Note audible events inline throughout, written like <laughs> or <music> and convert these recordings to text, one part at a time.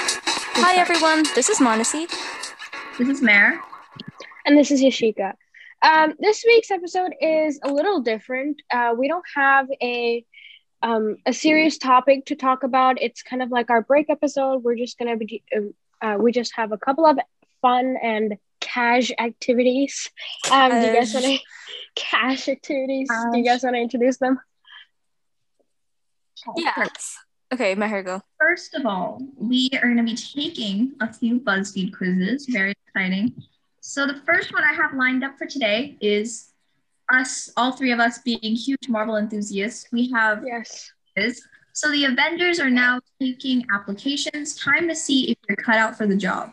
Hi, everyone. This is Monacy. This is Mare. And this is Yashika. Um, this week's episode is a little different. Uh, we don't have a um, a serious topic to talk about. It's kind of like our break episode. We're just gonna be uh, we just have a couple of fun and cash activities. Um, do you guys want to <laughs> cash activities? Do you guys want to introduce them? Yes. Okay, my hair go. First of all, we are going to be taking a few BuzzFeed quizzes. Very exciting. So the first one I have lined up for today is us, all three of us being huge Marvel enthusiasts. We have Yes. quiz. So the Avengers are now taking applications. Time to see if you're cut out for the job.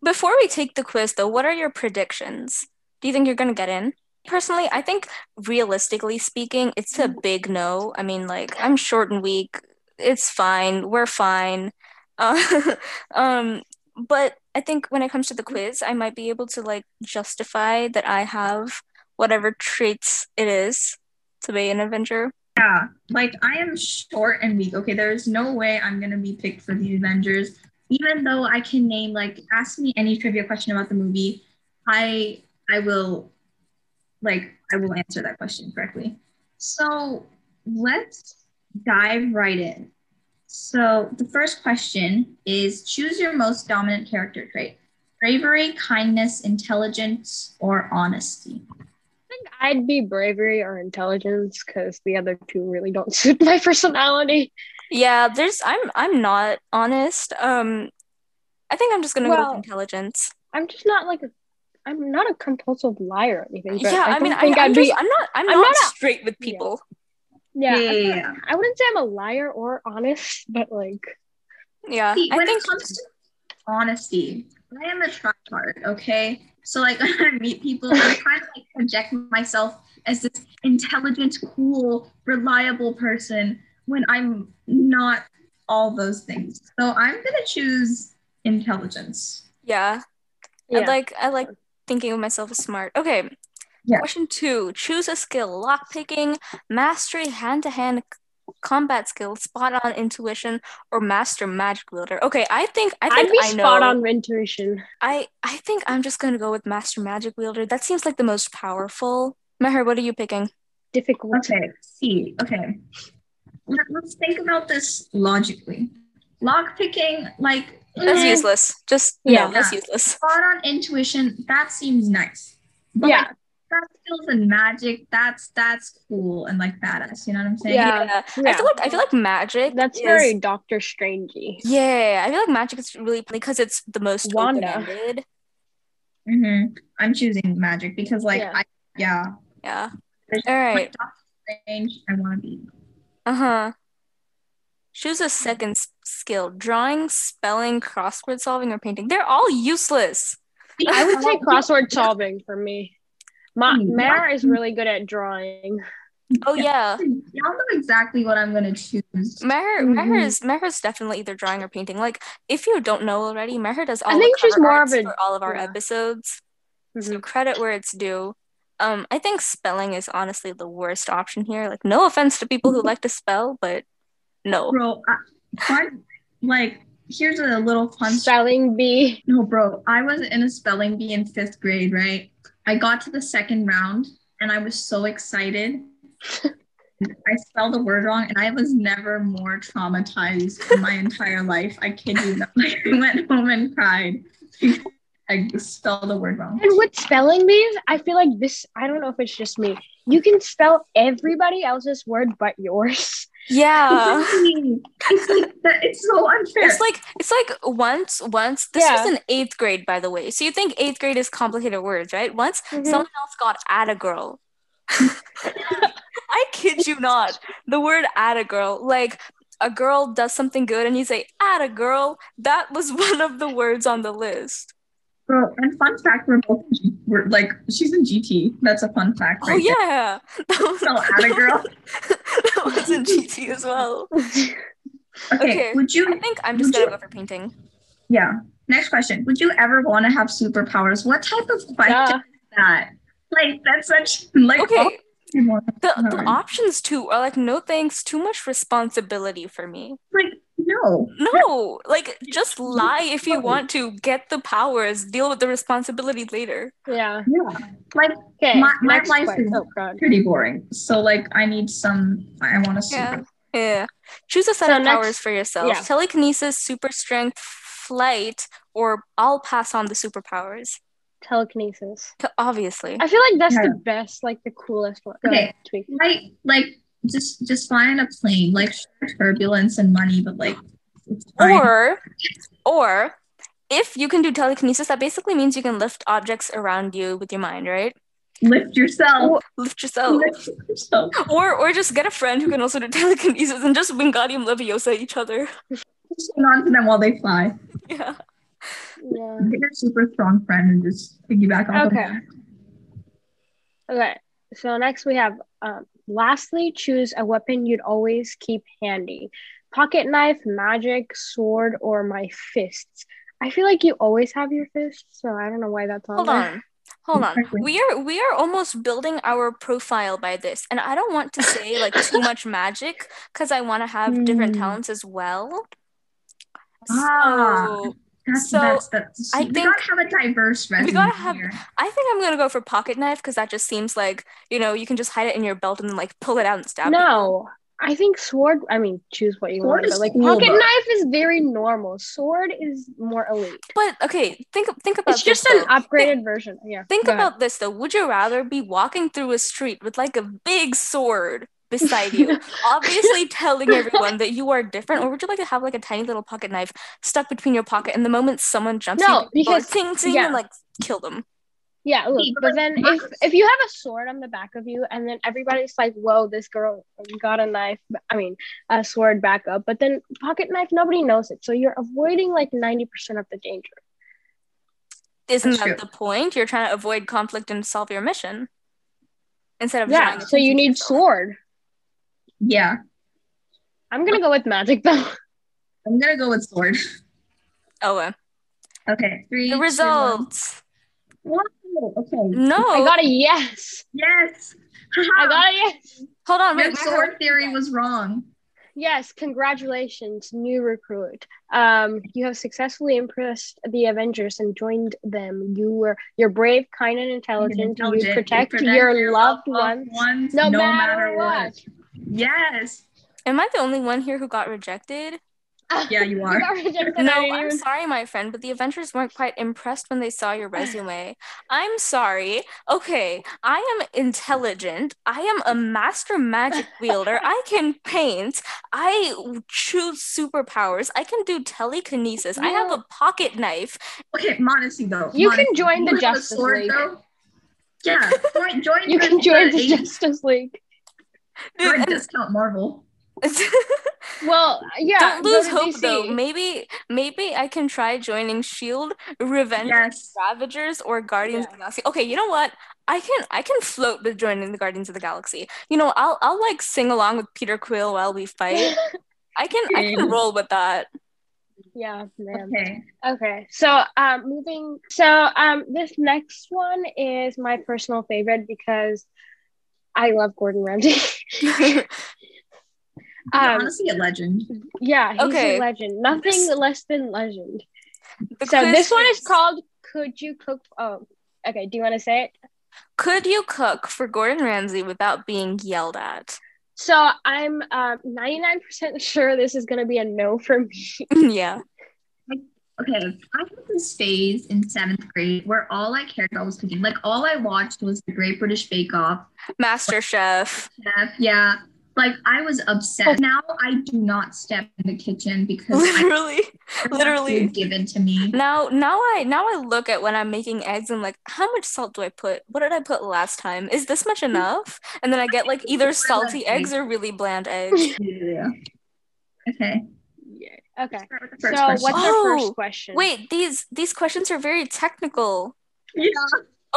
Before we take the quiz, though, what are your predictions? Do you think you're gonna get in? Personally, I think realistically speaking, it's a big no. I mean, like I'm short and weak. It's fine. We're fine. <laughs> Uh, um, but I think when it comes to the quiz, I might be able to like justify that I have whatever traits it is to be an Avenger. Yeah, like I am short and weak. Okay, there's no way I'm gonna be picked for the Avengers, even though I can name like ask me any trivia question about the movie, I I will like I will answer that question correctly. So let's dive right in. So the first question is choose your most dominant character trait: bravery, kindness, intelligence, or honesty. I think I'd be bravery or intelligence because the other two really don't <laughs> suit my personality. Yeah, there's I'm I'm not honest. Um I think I'm just gonna go Well, with intelligence. I'm just not like a I'm not a compulsive liar or anything. But yeah, I, I, mean don't I, think I'm, would just, be. I'm not I'm, I'm not, not a- straight with people. Yeah, Yeah, I, yeah, yeah. I wouldn't say I'm a liar or honest, <laughs> but like Yeah. See, I when think it comes to honesty, I am a tryhard. Okay, so like <laughs> when I meet people, I try to like project myself as this intelligent, cool, reliable person when I'm not all those things. So I'm gonna choose intelligence. yeah. yeah. I like I like thinking of myself as smart. Okay. Yeah. Question two. Choose a skill. Lockpicking, mastery hand to hand combat skill, spot on intuition, or master magic wielder. Okay, I think I think I'd be I know spot on intuition. I I think I'm just gonna go with master magic wielder. That seems like the most powerful. Meher, what are you picking? Difficult. Okay, see, okay. Let- Let's think about this logically. Lock picking, like That's eh, useless. Just Mm-hmm. Yeah. no, that's useless. spot on intuition, that seems nice. But Yeah, like, that skills and magic, that's that's cool and like badass. You know what I'm saying? Yeah. I feel like I feel like magic. that's is, very Doctor Strangey. Yeah, I feel like magic is really because it's the most Wanda. open-ended. hmm I'm choosing magic because like Yeah. I yeah. Yeah. There's- All Like, right. Doctor Strange, I want to be. Uh huh. Choose a second s- skill: drawing, spelling, crossword solving, or painting. They're all useless. I <laughs> would <laughs> say Yeah. crossword solving for me. Ma- Hmm. Mare is really good at drawing. Oh yeah, Y'all know exactly what I'm gonna choose. Meher Meher Mhm. is Meher is definitely either drawing or painting. Like if you don't know already, Meher does all I the think she's cover more arts of a- for all of our yeah. episodes. So Mhm. credit where it's due. Um, I think spelling is honestly the worst option here. Like, no offense to people who like to spell, but no. Bro, I, fun, like here's a little fun Spelling bee. No, bro, I was in a spelling bee in fifth grade, right? I got to the second round and I was so excited. <laughs> I spelled the word wrong and I was never more traumatized in my entire life. I kid you not. <laughs> I went home and cried. I spelled the word wrong. And with spelling bees, I feel like this. I don't know if it's just me. You can spell everybody else's word but yours. Yeah. it's, like that, it's so unfair. Uh. <laughs> It's like it's like once once this Yeah. was in eighth grade, by the way. So you think eighth grade is complicated words, right? Once So- someone else got at girl. <laughs> I kid you not. The word at girl, like a girl does something good and you say at girl, that was <laughs> one of the words on the list. bro, and fun fact, we're both we're like she's in GT. That's a fun fact. Oh yeah. <laughs> That was- There. So <laughs> atta girl. that was <laughs> in GT as well. Okay. okay, would you I think I'm just Would gonna you- go for painting. Yeah. Next question. Would you ever want to have superpowers? What type of question Duh. is that? Like that's such like oh, all Okay. you want. The uh, the Alright. options too are like no thanks, too much responsibility for me. like No. No, like just lie if you want to, get the powers, deal with the responsibility later. Yeah. Yeah. Like Okay. My- my next life question. is- Oh god. pretty boring. So like I need some I want to Yeah. super Yeah. Choose a set So of next- powers for yourself. yeah. Telekinesis, super strength, flight, or I'll pass on the superpowers. Telekinesis. T- Obviously. I feel like that's Yeah. the best, like the coolest one. Go Okay. ahead, Tweak. like like just just fly on a plane, like sure, turbulence and money, but like it's fine. Or or if you can do telekinesis, that basically means you can lift objects around you with your mind, right? lift yourself. Lift yourself. Lift yourself. Or or just get a friend who can also do <laughs> telekinesis and just Wingardium Leviosa each other. <laughs> Just hang on to them while they fly. Yeah. Yeah. Get a super strong friend and just piggyback off of Okay. them. Okay. So next we have um, lastly choose a weapon you'd always keep handy. Pocket knife, magic, sword, or my fists. I feel like you always have your fists, so I don't know why that's on Hold on. there. Hold on. Exactly. We are we are almost building our profile by this. And I don't want to say like too <laughs> much magic because I want to have different Hmm. talents as well. Ah. So That's So, that's that's I we think- gotta have a diverse resume. gotta have- here. I think I'm gonna go for pocket knife because that just seems like you know you can just hide it in your belt and then like pull it out and stab. people. No, I think sword. I mean, choose what you Sword want, is but like cool, pocket though. knife is very normal. Sword is more elite. But okay, think think about It's this, just an though. upgraded version. Yeah. Think go ahead. about this though. Would you rather be walking through a street with like a big sword beside <laughs> you, obviously telling everyone that you are different, or would you like to have like a tiny little pocket knife stuck between your pocket, and the moment someone jumps, No, you you go because- ting ting yeah. and like kill them? Yeah, look, but, but like, then if knives- if you have a sword on the back of you, and then everybody's like, "Whoa, this girl got a knife." I mean, a sword back up. But then pocket knife, nobody knows it, so you're avoiding like ninety percent of the danger. Isn't That's that true. the point? You're trying to avoid conflict and solve your mission instead of Yeah, drawing so you attention to need yourself. sword. Yeah. I'm gonna go with magic though. <laughs> I'm gonna go with sword. <laughs> Oh, well. Okay. Three. the two, one. results. Whoa. Okay. No, I got a yes. Yes. Mm. <laughs> I got a yes. hold on, Your wait. Matt, sword theory was wrong. Yes, congratulations, new recruit. Um, you have successfully impressed the Avengers and joined them. You were you're brave, kind, and intelligent. You Intelligent, protect, protect your loved ones, no, no, matter, what. what. Yes. am I the only one here who got rejected? <laughs> Yeah, you You are. got rejected. I No, didn't I'm even- sorry, my friend, but the Avengers weren't quite impressed when they saw your resume. I'm sorry. Okay, I am intelligent. I am a master magic wielder. I can paint. I choose superpowers. I can do telekinesis. I have a pocket knife. Okay, Monacy though. You Monacy, can join the you have a Justice sword, League. though? Yeah, <laughs> join, join You the- can join the the- Justice League. <laughs> join Dude, <laughs> discount Marvel. Well, <laughs> yeah. Don't go lose to hope DC. though. Maybe maybe I can try joining Shield, E Revenge, Yes. Ravagers, or Guardians of Yeah. the Galaxy. Okay, you know what? I can I can float with joining the Guardians of the Galaxy. You know, I'll I'll like sing along with Peter Quill while we fight. I can I can Yes. roll with that. <laughs> yeah, man. Okay. Okay, so um, moving. So um, this next one is my personal favorite because I love Gordon Ramsay. <laughs> um, Honestly, a legend. yeah, he's Okay. a legend. Nothing This- less than legend. The so quiz this one is called "Could You Cook?" Oh, okay. Do you want to say it? Could you cook for Gordon Ramsay without being yelled at? <laughs> So I'm um, 99% <laughs> sure this is going to be a no for me. <laughs> yeah. Okay, I had this phase in seventh grade where all I cared about was cooking. Like all I watched was the Great British Bake Off. Master <laughs> Chef. <laughs> Chef, Yeah, like I was Oh. obsessed. Now I do not step in the kitchen because <laughs> I Literally. literally. food given to me. Now, now I now I look at when I'm making eggs and like, how much salt do I put? What did I put last time? Is this <laughs> much enough? And then I get like either salty eggs or really bland eggs. Yeah. Okay. Okay. Start with the So first question. what's our Oh, first question? Wait, these these questions are very technical. Yeah.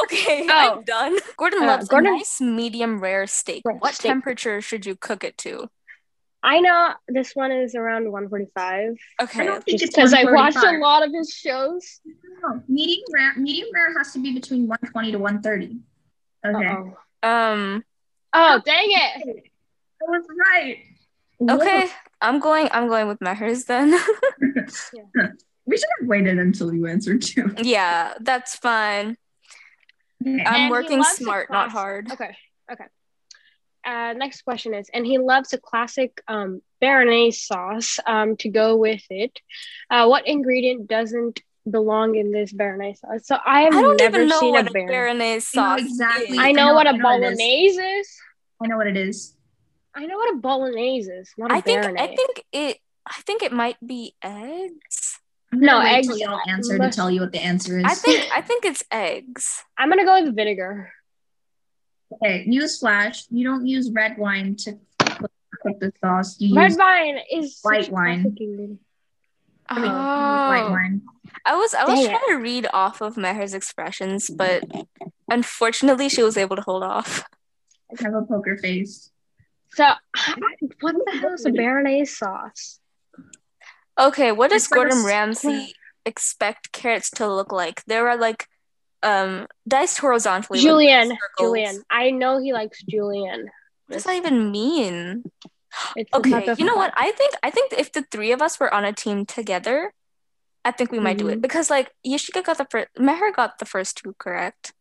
Okay, <laughs> Oh. I'm done. Gordon Uh, loves Gordon- a nice medium rare steak. Rare what steak. temperature should you cook it to? I know this one is around 145 I Okay. don't think just it's because I watched a 145. lot of his shows. No, medium rare. Medium rare has to be between 120 to 130. Okay. Uh-oh. Um. Oh, dang it. I was right. <laughs> Okay. I'm going. I'm going with Mehers then. <laughs> We should have waited until you answered too. yeah, that's fine. Uh, Okay. I'm And he working loves the smart, not class- hard. Okay. Okay. Uh, next question is, and he loves a classic um, béarnaise sauce um, to go with it. Uh, what ingredient doesn't belong in this béarnaise sauce? So I have I don't never even know seen what a a béarnaise. Baroness I know sauce exactly. is. I know, I know- what a I know what it is. bolognese is. I know what it is. I know what a bolognese is, not a I think. béarnaise. I think it. I think it might be eggs. I'm gonna No, wait eggs- till y'all answer to tell you what the answer is. I think. I think it's eggs. I'm gonna go with vinegar. okay, newsflash: you don't use red wine to cook the sauce. You Red use wine is such white a wine. classic ingredient. I mean, you use white Oh. wine. I was I was Dang it. trying to read off of Meher's expressions, but unfortunately, she was able to hold off. I have a poker face. So <laughs> what the hell is a béarnaise sauce? Okay, what does It's like a Gordon square. Ramsay expect carrots to look like? There are like um diced horizontally. with Julian, circles. Julian. I know he likes Julian. What does that even mean? It's the type Okay, of you know what? fun. I think I think if the three of us were on a team together, I think we might do it Mhm. because like Yashika got the first, Meher got the first two correct.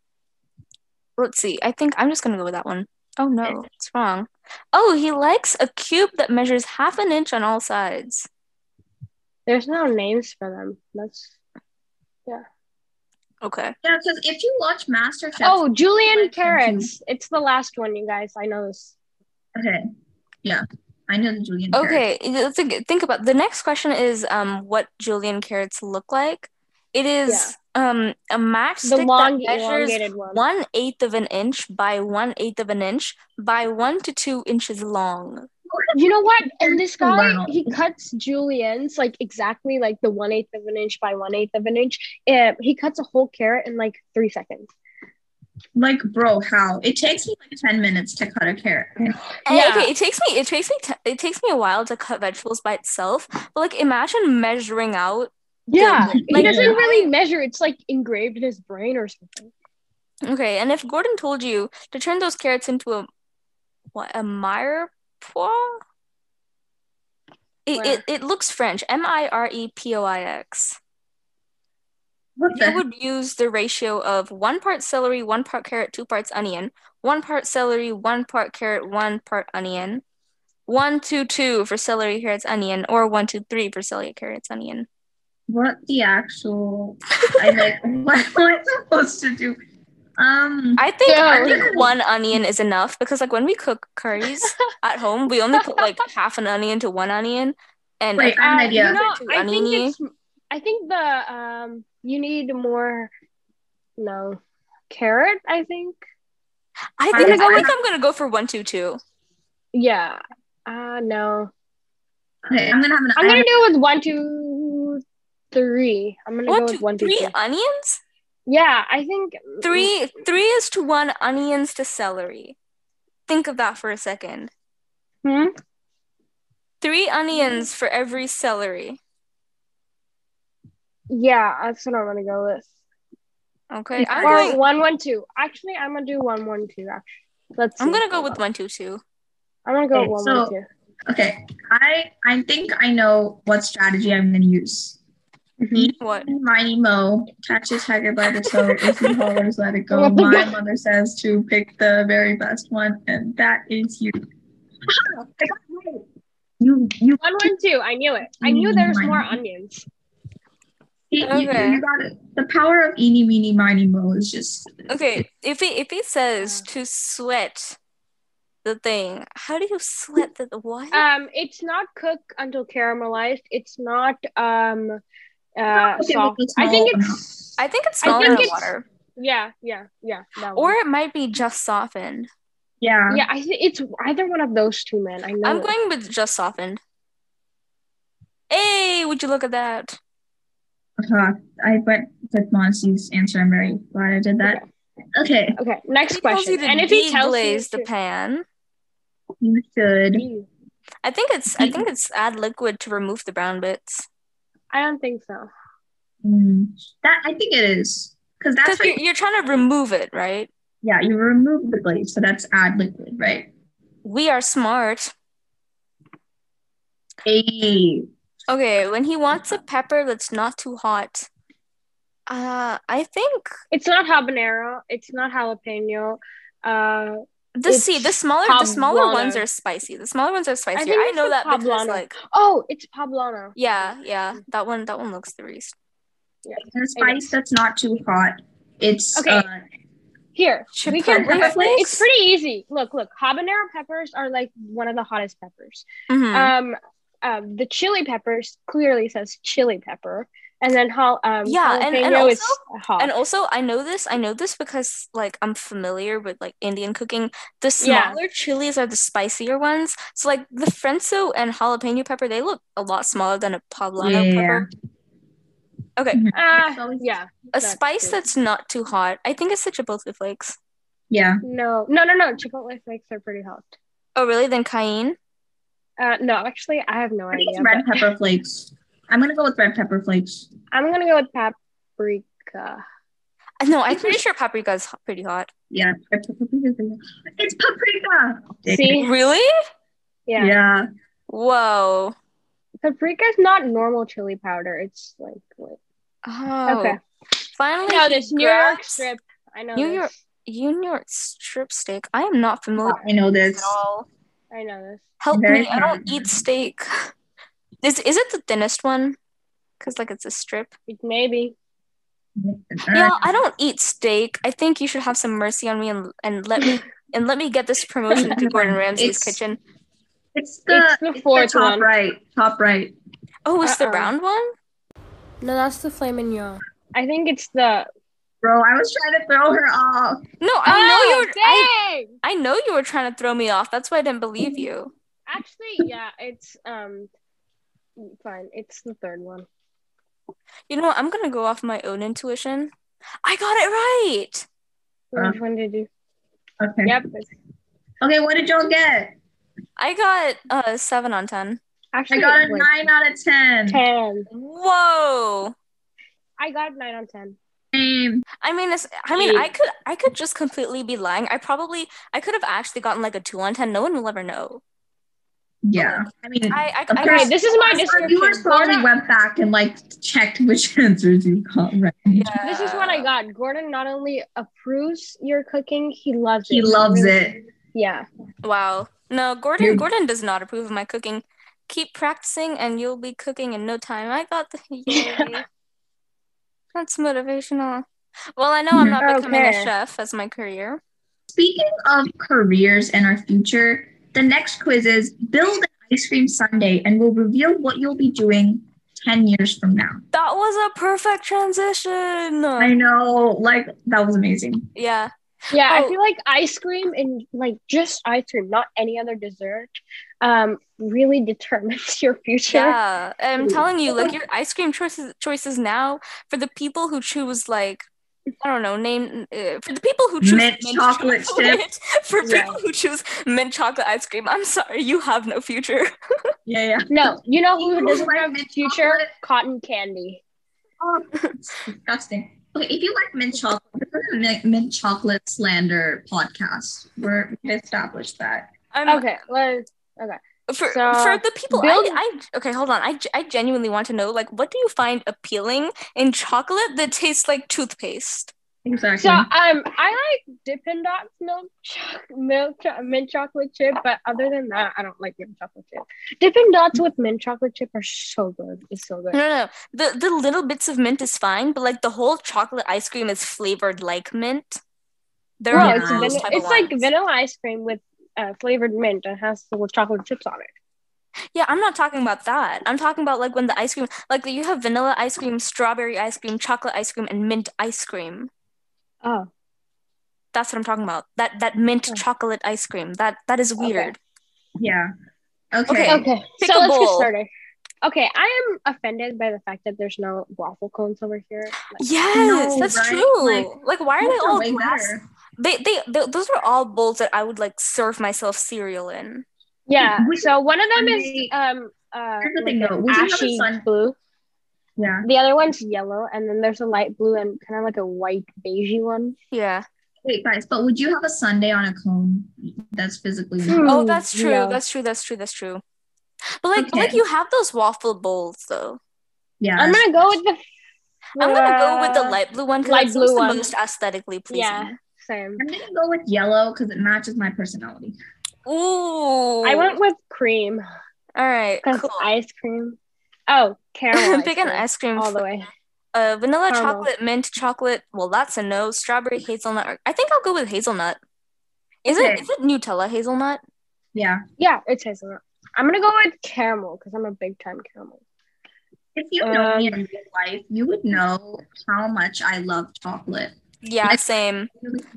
Let's see. I think I'm just gonna go with that one. Oh no, it's wrong. Oh, he likes a cube that measures half an inch on all sides. There's no names for them. That's Okay. Yeah, because if you watch MasterChef, oh, Julian Like, carrots. It's the last one, you guys. I know this. okay, yeah, I know the Julian. carrot. Okay. Let's think, think about the next question is um what Julian carrots look like. It is um a matchstick The long, that measures elongated one. one eighth of an inch by one eighth of an inch by one to two inches long. You know what? And this guy, Wow. he cuts Julian's like exactly like the one eighth of an inch by one eighth of an inch. Uh, he cuts a whole carrot in like three seconds. Like, bro, how? It takes me like 10 minutes to cut a carrot. And, Yeah. Okay, it takes me it takes me t- it takes me a while to cut vegetables by itself, but like imagine measuring out. Yeah, he Like, doesn't yeah. really measure. It's like engraved in his brain or something. Okay, and if Gordon told you to turn those carrots into a what a mirepoix? It, Where? it it looks French. M I R E P O I X. What the? You would use the ratio of one part celery, one part carrot, two parts onion, one part celery, one part carrot, one part onion, one two two for celery, carrots, onion, or one two three for celery, carrots, onion. what the actual? I like. <laughs> What am I supposed to do? Um. I think I So- think one onion is enough because like when we cook <laughs> curries at home, we only put like half an onion to one onion, and Wait, I have an Uh, idea. You know, Too I think oniony. it's. I think the um. You need more. No, carrot. I think. I think I, I- I- think I'm gonna go for one two two. Yeah. Uh no. Okay, I'm gonna have an. I'm I gonna have- do it with one, two, three. I'm gonna One go two with one, two, three three. onions. Yeah, I think Three three is to one onions to celery. Think of that for a second. Hmm? Three Mm-hmm. onions for every celery. Yeah, that's what I'm gonna go with. Okay, I'm or going. one, one, two. Actually, I'm gonna do one, one, two. Actually, let's. I'm see. gonna go with one two two. I'm gonna go Okay, with one, so- one, two. okay, I I think I know what strategy I'm gonna use. He, What? Mighty Mo catches tiger by the toe. If he hollers, let it go. What the My fuck? mother says to pick the very best one, and that is you. I got it right. You you One, one, two. I knew it. I Mm, knew there was more onions. You, you- Okay. you got it. The power of eeny, meeny, miny, mo is just. Okay, Mm-hmm. if he if he says to sweat the thing, how do you sweat the what? Um, it's not cooked until caramelized. It's not um, uh, Okay, soft. but it's I think small it's. I think it's I smaller think than it's- water, Yeah, yeah, yeah. that or one. it might be just softened. Yeah. yeah, I think it's either one of those two, man. I know. I'm it. going with just softened. Hey, would you look at that? Uh-huh. I went with Monty's answer. I'm very glad I did that. Okay. Okay, next He tells you question. to And if he tells you deglaze the to- pan, You should. I think it's I think it's add liquid to remove the brown bits. I don't think so. Mm. That I think it is. Because that's Because how you're, you're trying to remove it, right? yeah, you remove the glaze. So that's add liquid, right? We are smart. Hey. Okay, when <laughs> he wants a pepper that's not too hot. Uh, I think It's not habanero. It's not jalapeno. Uh, the It's see the smaller the smaller ones poblano. are spicy. The smaller ones are spicier. I, think it's know the that because poblano. like oh, it's poblano. yeah, yeah, that one that one looks the least. The spice that's not too hot. It's Okay. uh, Here, we can. Chipotle It's flakes? pretty easy. Look, look. Habanero peppers are like one of the hottest peppers. Mhm. Um, um, the chili peppers clearly says chili pepper, and then hal- um, Yeah, and- and jalapeno also- is hot. And also, I know this. I know this because like I'm familiar with like Indian cooking. The Yeah. smaller chilies are the spicier ones. So like the frenzo and jalapeno pepper, they look a lot smaller than a poblano Yeah. pepper. Ah, It's always- yeah. A That's spice true. that's not too hot. I think it's the chipotle flakes. yeah. No, no, no, no. Chipotle flakes are pretty hot. Oh really? Then cayenne. Uh, no, actually, I have no I think idea. it's red but pepper flakes. I'm gonna go with red pepper flakes. I'm gonna go with paprika. Uh, No, <laughs> I'm pretty sure paprika is ho- pretty hot. Yeah, red pepper flakes. It's paprika. See, Really? yeah. Yeah. Whoa. paprika is not normal chili powder. It's like, like Oh. okay. Finally, No, he this New York grabs strip. I know. New this. York- you New York strip steak. I am not familiar I know with this. it at all. I know this. Help Very me! I don't fun. eat steak. <laughs> Is is it the thinnest one? Cause like it's a strip. It may be. Uh, Uh, Yeah, I don't eat steak. I think you should have some mercy on me and and let me and let me get this promotion to <laughs> Gordon Ramsay's It's- kitchen. It's the, It's the it's the fourth top one. right. Top right. Oh, it's the Uh-uh. round one. No, that's the filet mignon. <laughs> I think it's the. Bro, I was trying to throw her off. No, I know you. Oh, Were, I, dang! I know you were trying to throw me off. That's why I didn't believe you. Actually, yeah, it's um, fine. It's the third one. You know what? I'm gonna go off my own intuition. I got it right. Uh. Which one did you? Okay. Yep. it's- Okay, what did y'all get? I got uh seven on ten. I Actually, got a wait, nine out of ten. Ten. Whoa. I got nine on ten. Same. I mean, it's, I mean, I Eight. could, I could just completely be lying. I probably, I could have actually gotten like a two on ten. No one will ever know. Yeah. I mean, I, I, I, Okay. Okay, this is my I'm sorry, description. you were slowly Gordon- went back and like checked which <laughs> answers you got right. yeah. This is what I got. Gordon not only approves your cooking, he loves it. He loves Really- it. Yeah. Wow. No, Gordon, Dude. Gordon does not approve of my cooking. Keep practicing, and you'll be cooking in no time. I got <laughs> the <laughs> yay. That's motivational. Well, I know I'm not becoming a Okay. chef as my career. Speaking of careers and our future, the next quiz is build an ice cream sundae and we'll reveal what you'll be doing 10 years from now. That was a perfect transition. I know, like that was amazing. Yeah. Yeah, Oh. I feel like ice cream and like just ice cream, not any other dessert, um, really determines <laughs> your future. Yeah, I'm telling you, like your ice cream choices choices now for the people who choose like I don't know name uh, for the people who choose Mint <laughs> chocolate for Yeah. people who choose mint chocolate ice cream. I'm sorry, you have no future. Yeah, yeah. No, you know who People doesn't like have a mint future? chocolate. Cotton candy. <laughs> Oh, it's disgusting. Okay, if you like mint chocolate, this is a mint, mint chocolate slander podcast. We're we established that. I'm Okay, let's Um, for so, for the people. build- I, I okay, hold on. I ge- I genuinely want to know like what do you find appealing in chocolate that tastes like toothpaste? Exactly. So um, I like Dippin' Dots milk choc milk cho- mint chocolate chip, but other than that, I don't like mint chocolate chip. Dippin' Dots with mint chocolate chip are so good. It's so No, good. no, no. The the little bits of mint is fine, but like the whole chocolate ice cream is flavored like mint. They're Bro, like it's those vanilla. type of It's like ones. vanilla ice cream with uh, flavored mint and has the chocolate chips on it. Yeah, I'm not talking about that. I'm talking about like when the ice cream, like you have vanilla ice cream, strawberry ice cream, chocolate ice cream, and mint ice cream. Oh, That's what I'm talking about. That that mint Oh. chocolate ice cream. That that is weird. yeah. Okay. Okay. okay. Pick so a let's get bowl. started. Okay, I am offended by the fact that there's no waffle cones over here. Like, Yes, No, that's right? true. Like, Like, why are Those they all way glass? better. They, they they those are all bowls that I would like serve myself cereal in. yeah. Would- So one of them is Wait. um uh Here's the like thing, an though. Would you have a ashy sun- blue. Yeah. The other one's yellow, and then there's a light blue and kind of like a white beigey one. Yeah. Wait, guys, but would you have a sundae on a cone that's physically Hmm. Oh, Mm, that's true. yeah. That's true. That's true. That's true. But like, but, like Okay. you have those waffle bowls though. Yeah. I'm gonna go with the. I'm gonna go with the uh, light blue one because light it's the blue one. most aesthetically pleasing. Yeah, same. I'm gonna go with yellow because it matches my personality. Ooh. I went with cream All right. because Cool. ice cream. Oh, <laughs> caramel. Pick an ice cream. all fl- the way. Uh, vanilla Caramel. chocolate, mint chocolate. Well, that's a no. Strawberry hazelnut. Or- I think I'll go with hazelnut. Is it Okay. is it Nutella hazelnut? Yeah. Yeah, it tastes a lot. I'm gonna go with caramel because I'm a big time caramel. If you know me Um, in real life, you would know how much I love chocolate. Yeah, Like- same.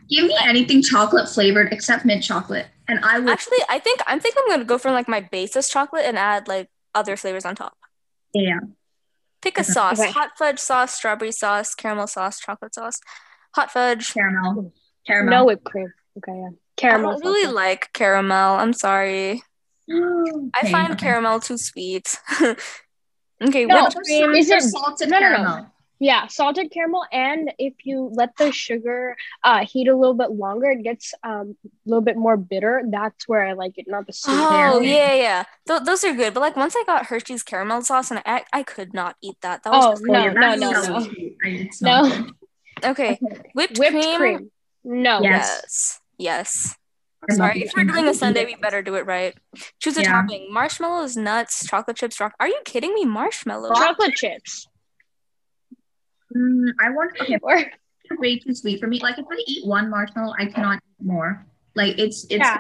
Give me anything chocolate flavored except mint chocolate, and I Mm. would. Actually, I think I think I'm gonna go for like my basis chocolate and add like other flavors on top. yeah. Pick a Okay. sauce: Mm-hmm. Okay. hot fudge sauce, strawberry sauce, caramel sauce, chocolate sauce. Hot fudge. Caramel. Caramel. No whipped cream. Okay, yeah. Caramel. I don't Oh, really like caramel. I'm sorry. <gasps> I Okay, find okay. caramel too sweet. <laughs> okay, No, whipped Whipped cream. cream is or it- salted no, no, no. caramel? yeah, salted caramel, and if you let the sugar uh, heat a little bit longer, it gets um, a little bit more bitter. That's where I like it, not the sweet. Oh caramel. yeah, yeah. Th- those are good. But like once I got Hershey's caramel sauce, and I I could not eat that. That was Oh, just- No, yeah, no, that's no, so no. sweet. I- it's No. not good. okay. Whipped, <laughs> Whipped cream. cream. No. Yeah. Yes. Yes. I love Sorry. whipped If we're cream. doing I a could eat Sunday, it. we better do it right. Choose a Yeah. topping: marshmallows, nuts, chocolate chips, rock. Are you kidding me? Marshmallows. Chocolate chips. Mm, I want okay, Or way too sweet for me. Like if I eat one marshmallow, I cannot eat more. Like it's it's yeah.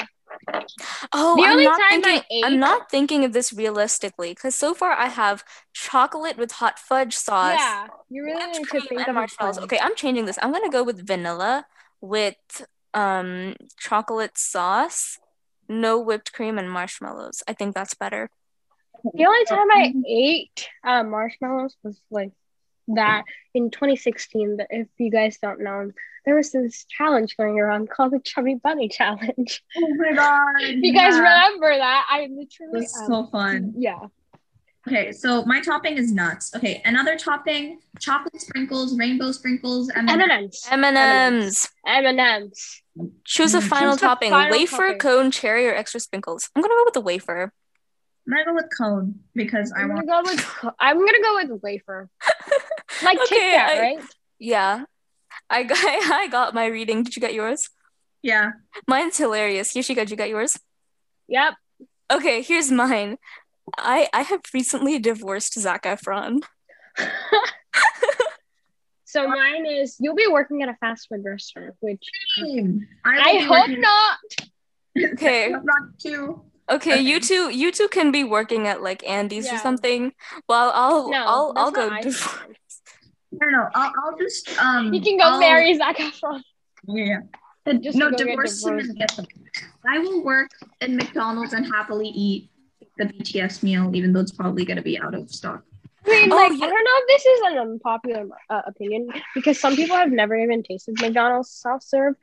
Oh, The I'm only not time I thinking. I'm ate- not thinking of this realistically because so far I have chocolate with hot fudge sauce. Yeah. You really Whipped need to cream think and of a marshmallows. plan. Okay, I'm changing this. I'm gonna go with vanilla with um chocolate sauce, no whipped cream and marshmallows. I think that's better. The only time I Mm-hmm. ate uh, marshmallows was like that in 2016. That if you guys don't know, there was this challenge going around called the Chubby Bunny <laughs> Challenge. Oh my god. You guys yeah. remember that? I It literally. was Um, so fun. yeah. Okay, so my topping is nuts. Okay, another topping, chocolate sprinkles, rainbow sprinkles, and then M&Ms. M and M's. M&Ms. Choose a Mm, final choose the topping: final wafer, topping. cone, cherry, or extra sprinkles. I'm gonna go with the wafer. I'm gonna go with cone because I I'm want gonna go with co- I'm gonna go with <laughs> wafer. Like Kit Okay, Kat, I- right? Yeah, I got <laughs> I got my reading. Did you get yours? yeah. Mine's hilarious. Yoshika, did you get yours? <laughs> Yep. Okay, here's mine. I I have recently divorced Zac Efron. So mine is you'll be working at a fast food restaurant, which I I, hope not. Okay. not not too. Okay, you Okay. two, you two can be working at like Andy's or Yeah. something. Well, I'll, No, I'll, that's I'll not go. my div- <laughs> I don't know. I'll, I'll just <laughs> um. You can go I'll- marry Zac Efron. Yeah. The- Just no, go get divorce him and get them. I will work in McDonald's and happily eat the BTS meal, even though it's probably gonna be out of stock. I mean, Oh, like yeah. I don't know if this is an unpopular uh, opinion because some people have never even tasted McDonald's soft serve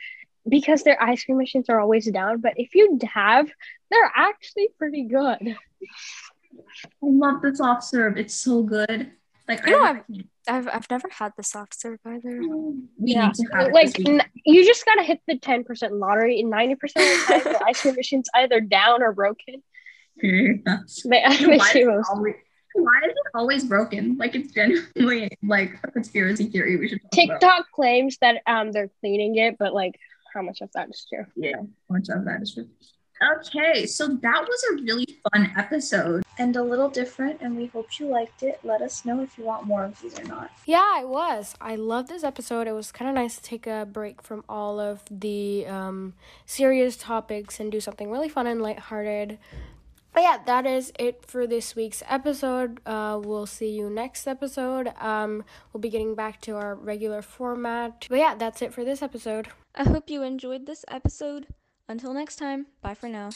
because their ice cream machines are always down. But if you have, they're actually pretty good. I love the soft serve. It's so good. Like You know, I, I've- I've, I've never had the soft serve either. we Yeah. need to Ah, have it like this week. n- you just gotta hit the ten percent lottery, and ninety percent of the time, the ice cream machine's either down or broken. <laughs> Yeah. They, they why, is do. it always, why is it always broken? Like it's genuinely like a conspiracy theory. We should talk about TikTok claims that um they're cleaning it, but like how much of that is true? much of that is true. Okay, so that was a really fun episode. and a little different, and we hope you liked it. Let us know if you want more of these or not. Yeah, it was. I loved this episode. It was kind of nice to take a break from all of the um, serious topics and do something really fun and lighthearted. But yeah, that is it for this week's episode. Uh, we'll see you next episode. Um, we'll be getting back to our regular format. But yeah, that's it for this episode. I hope you enjoyed this episode. Until next time, bye for now.